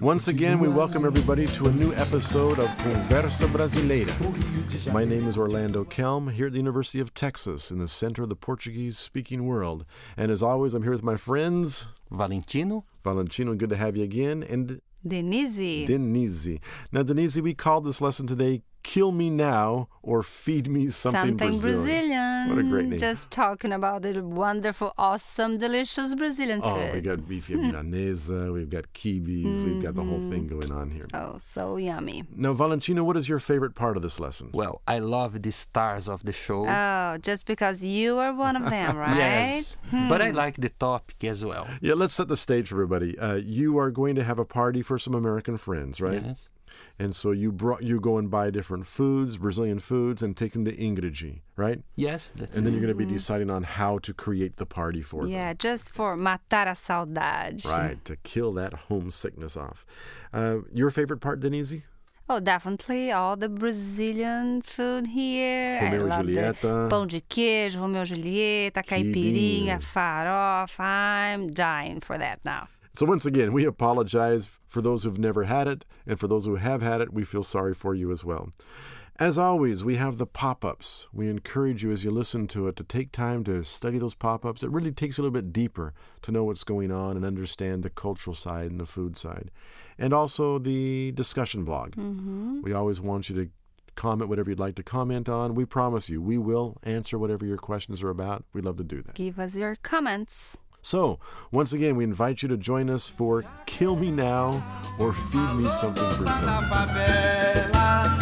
Once again, we welcome everybody to a new episode of Conversa Brasileira. My name is Orlando Kelm, here at the University of Texas in the center of the Portuguese speaking world. And as always, I'm here with my friends. Valentino. Valentino, good to have you again. And Denise. Denise. Now, Denise, we called this lesson today Kill Me Now or Feed Me Something, Something Brazilian. What a great name. Just talking about the wonderful, awesome, delicious Brazilian Oh, we food. got beefy milanesa, we've got kibis, we've got the whole thing going on here. Oh, so yummy. Now, Valentino, what is your favorite part of this lesson? Well, I love the stars of the show. Oh, just because you are one of them, right? Yes. But I like the topic as well. Yeah, let's set the stage for everybody. Uh, you are going to have a party for some American friends, right? Yes. And so you brought you go and buy different foods, Brazilian foods, and take them to Ingrid, right? Yes, that's And then it. you're going to be deciding on how to create the party for them. Yeah, just for matar a saudade. Right, to kill that homesickness off. Uh, your favorite part, Denise? Oh, definitely all the Brazilian food here. Romeo e I love the Julieta. Pão de queijo, Romeo e Julieta, Quibinho. caipirinha, farofa. I'm dying for that now. So, once again, we apologize for those who've never had it, and for those who have had it, we feel sorry for you as well. As always, we have the pop ups. We encourage you as you listen to it to take time to study those pop ups. It really takes you a little bit deeper to know what's going on and understand the cultural side and the food side. And also the discussion blog. We always want you to comment whatever you'd like to comment on. We promise you, we will answer whatever your questions are about. We'd love to do that. Give us your comments. So, once again, we invite you to join us for Kill Me Now or Feed Me Something Brazil. favela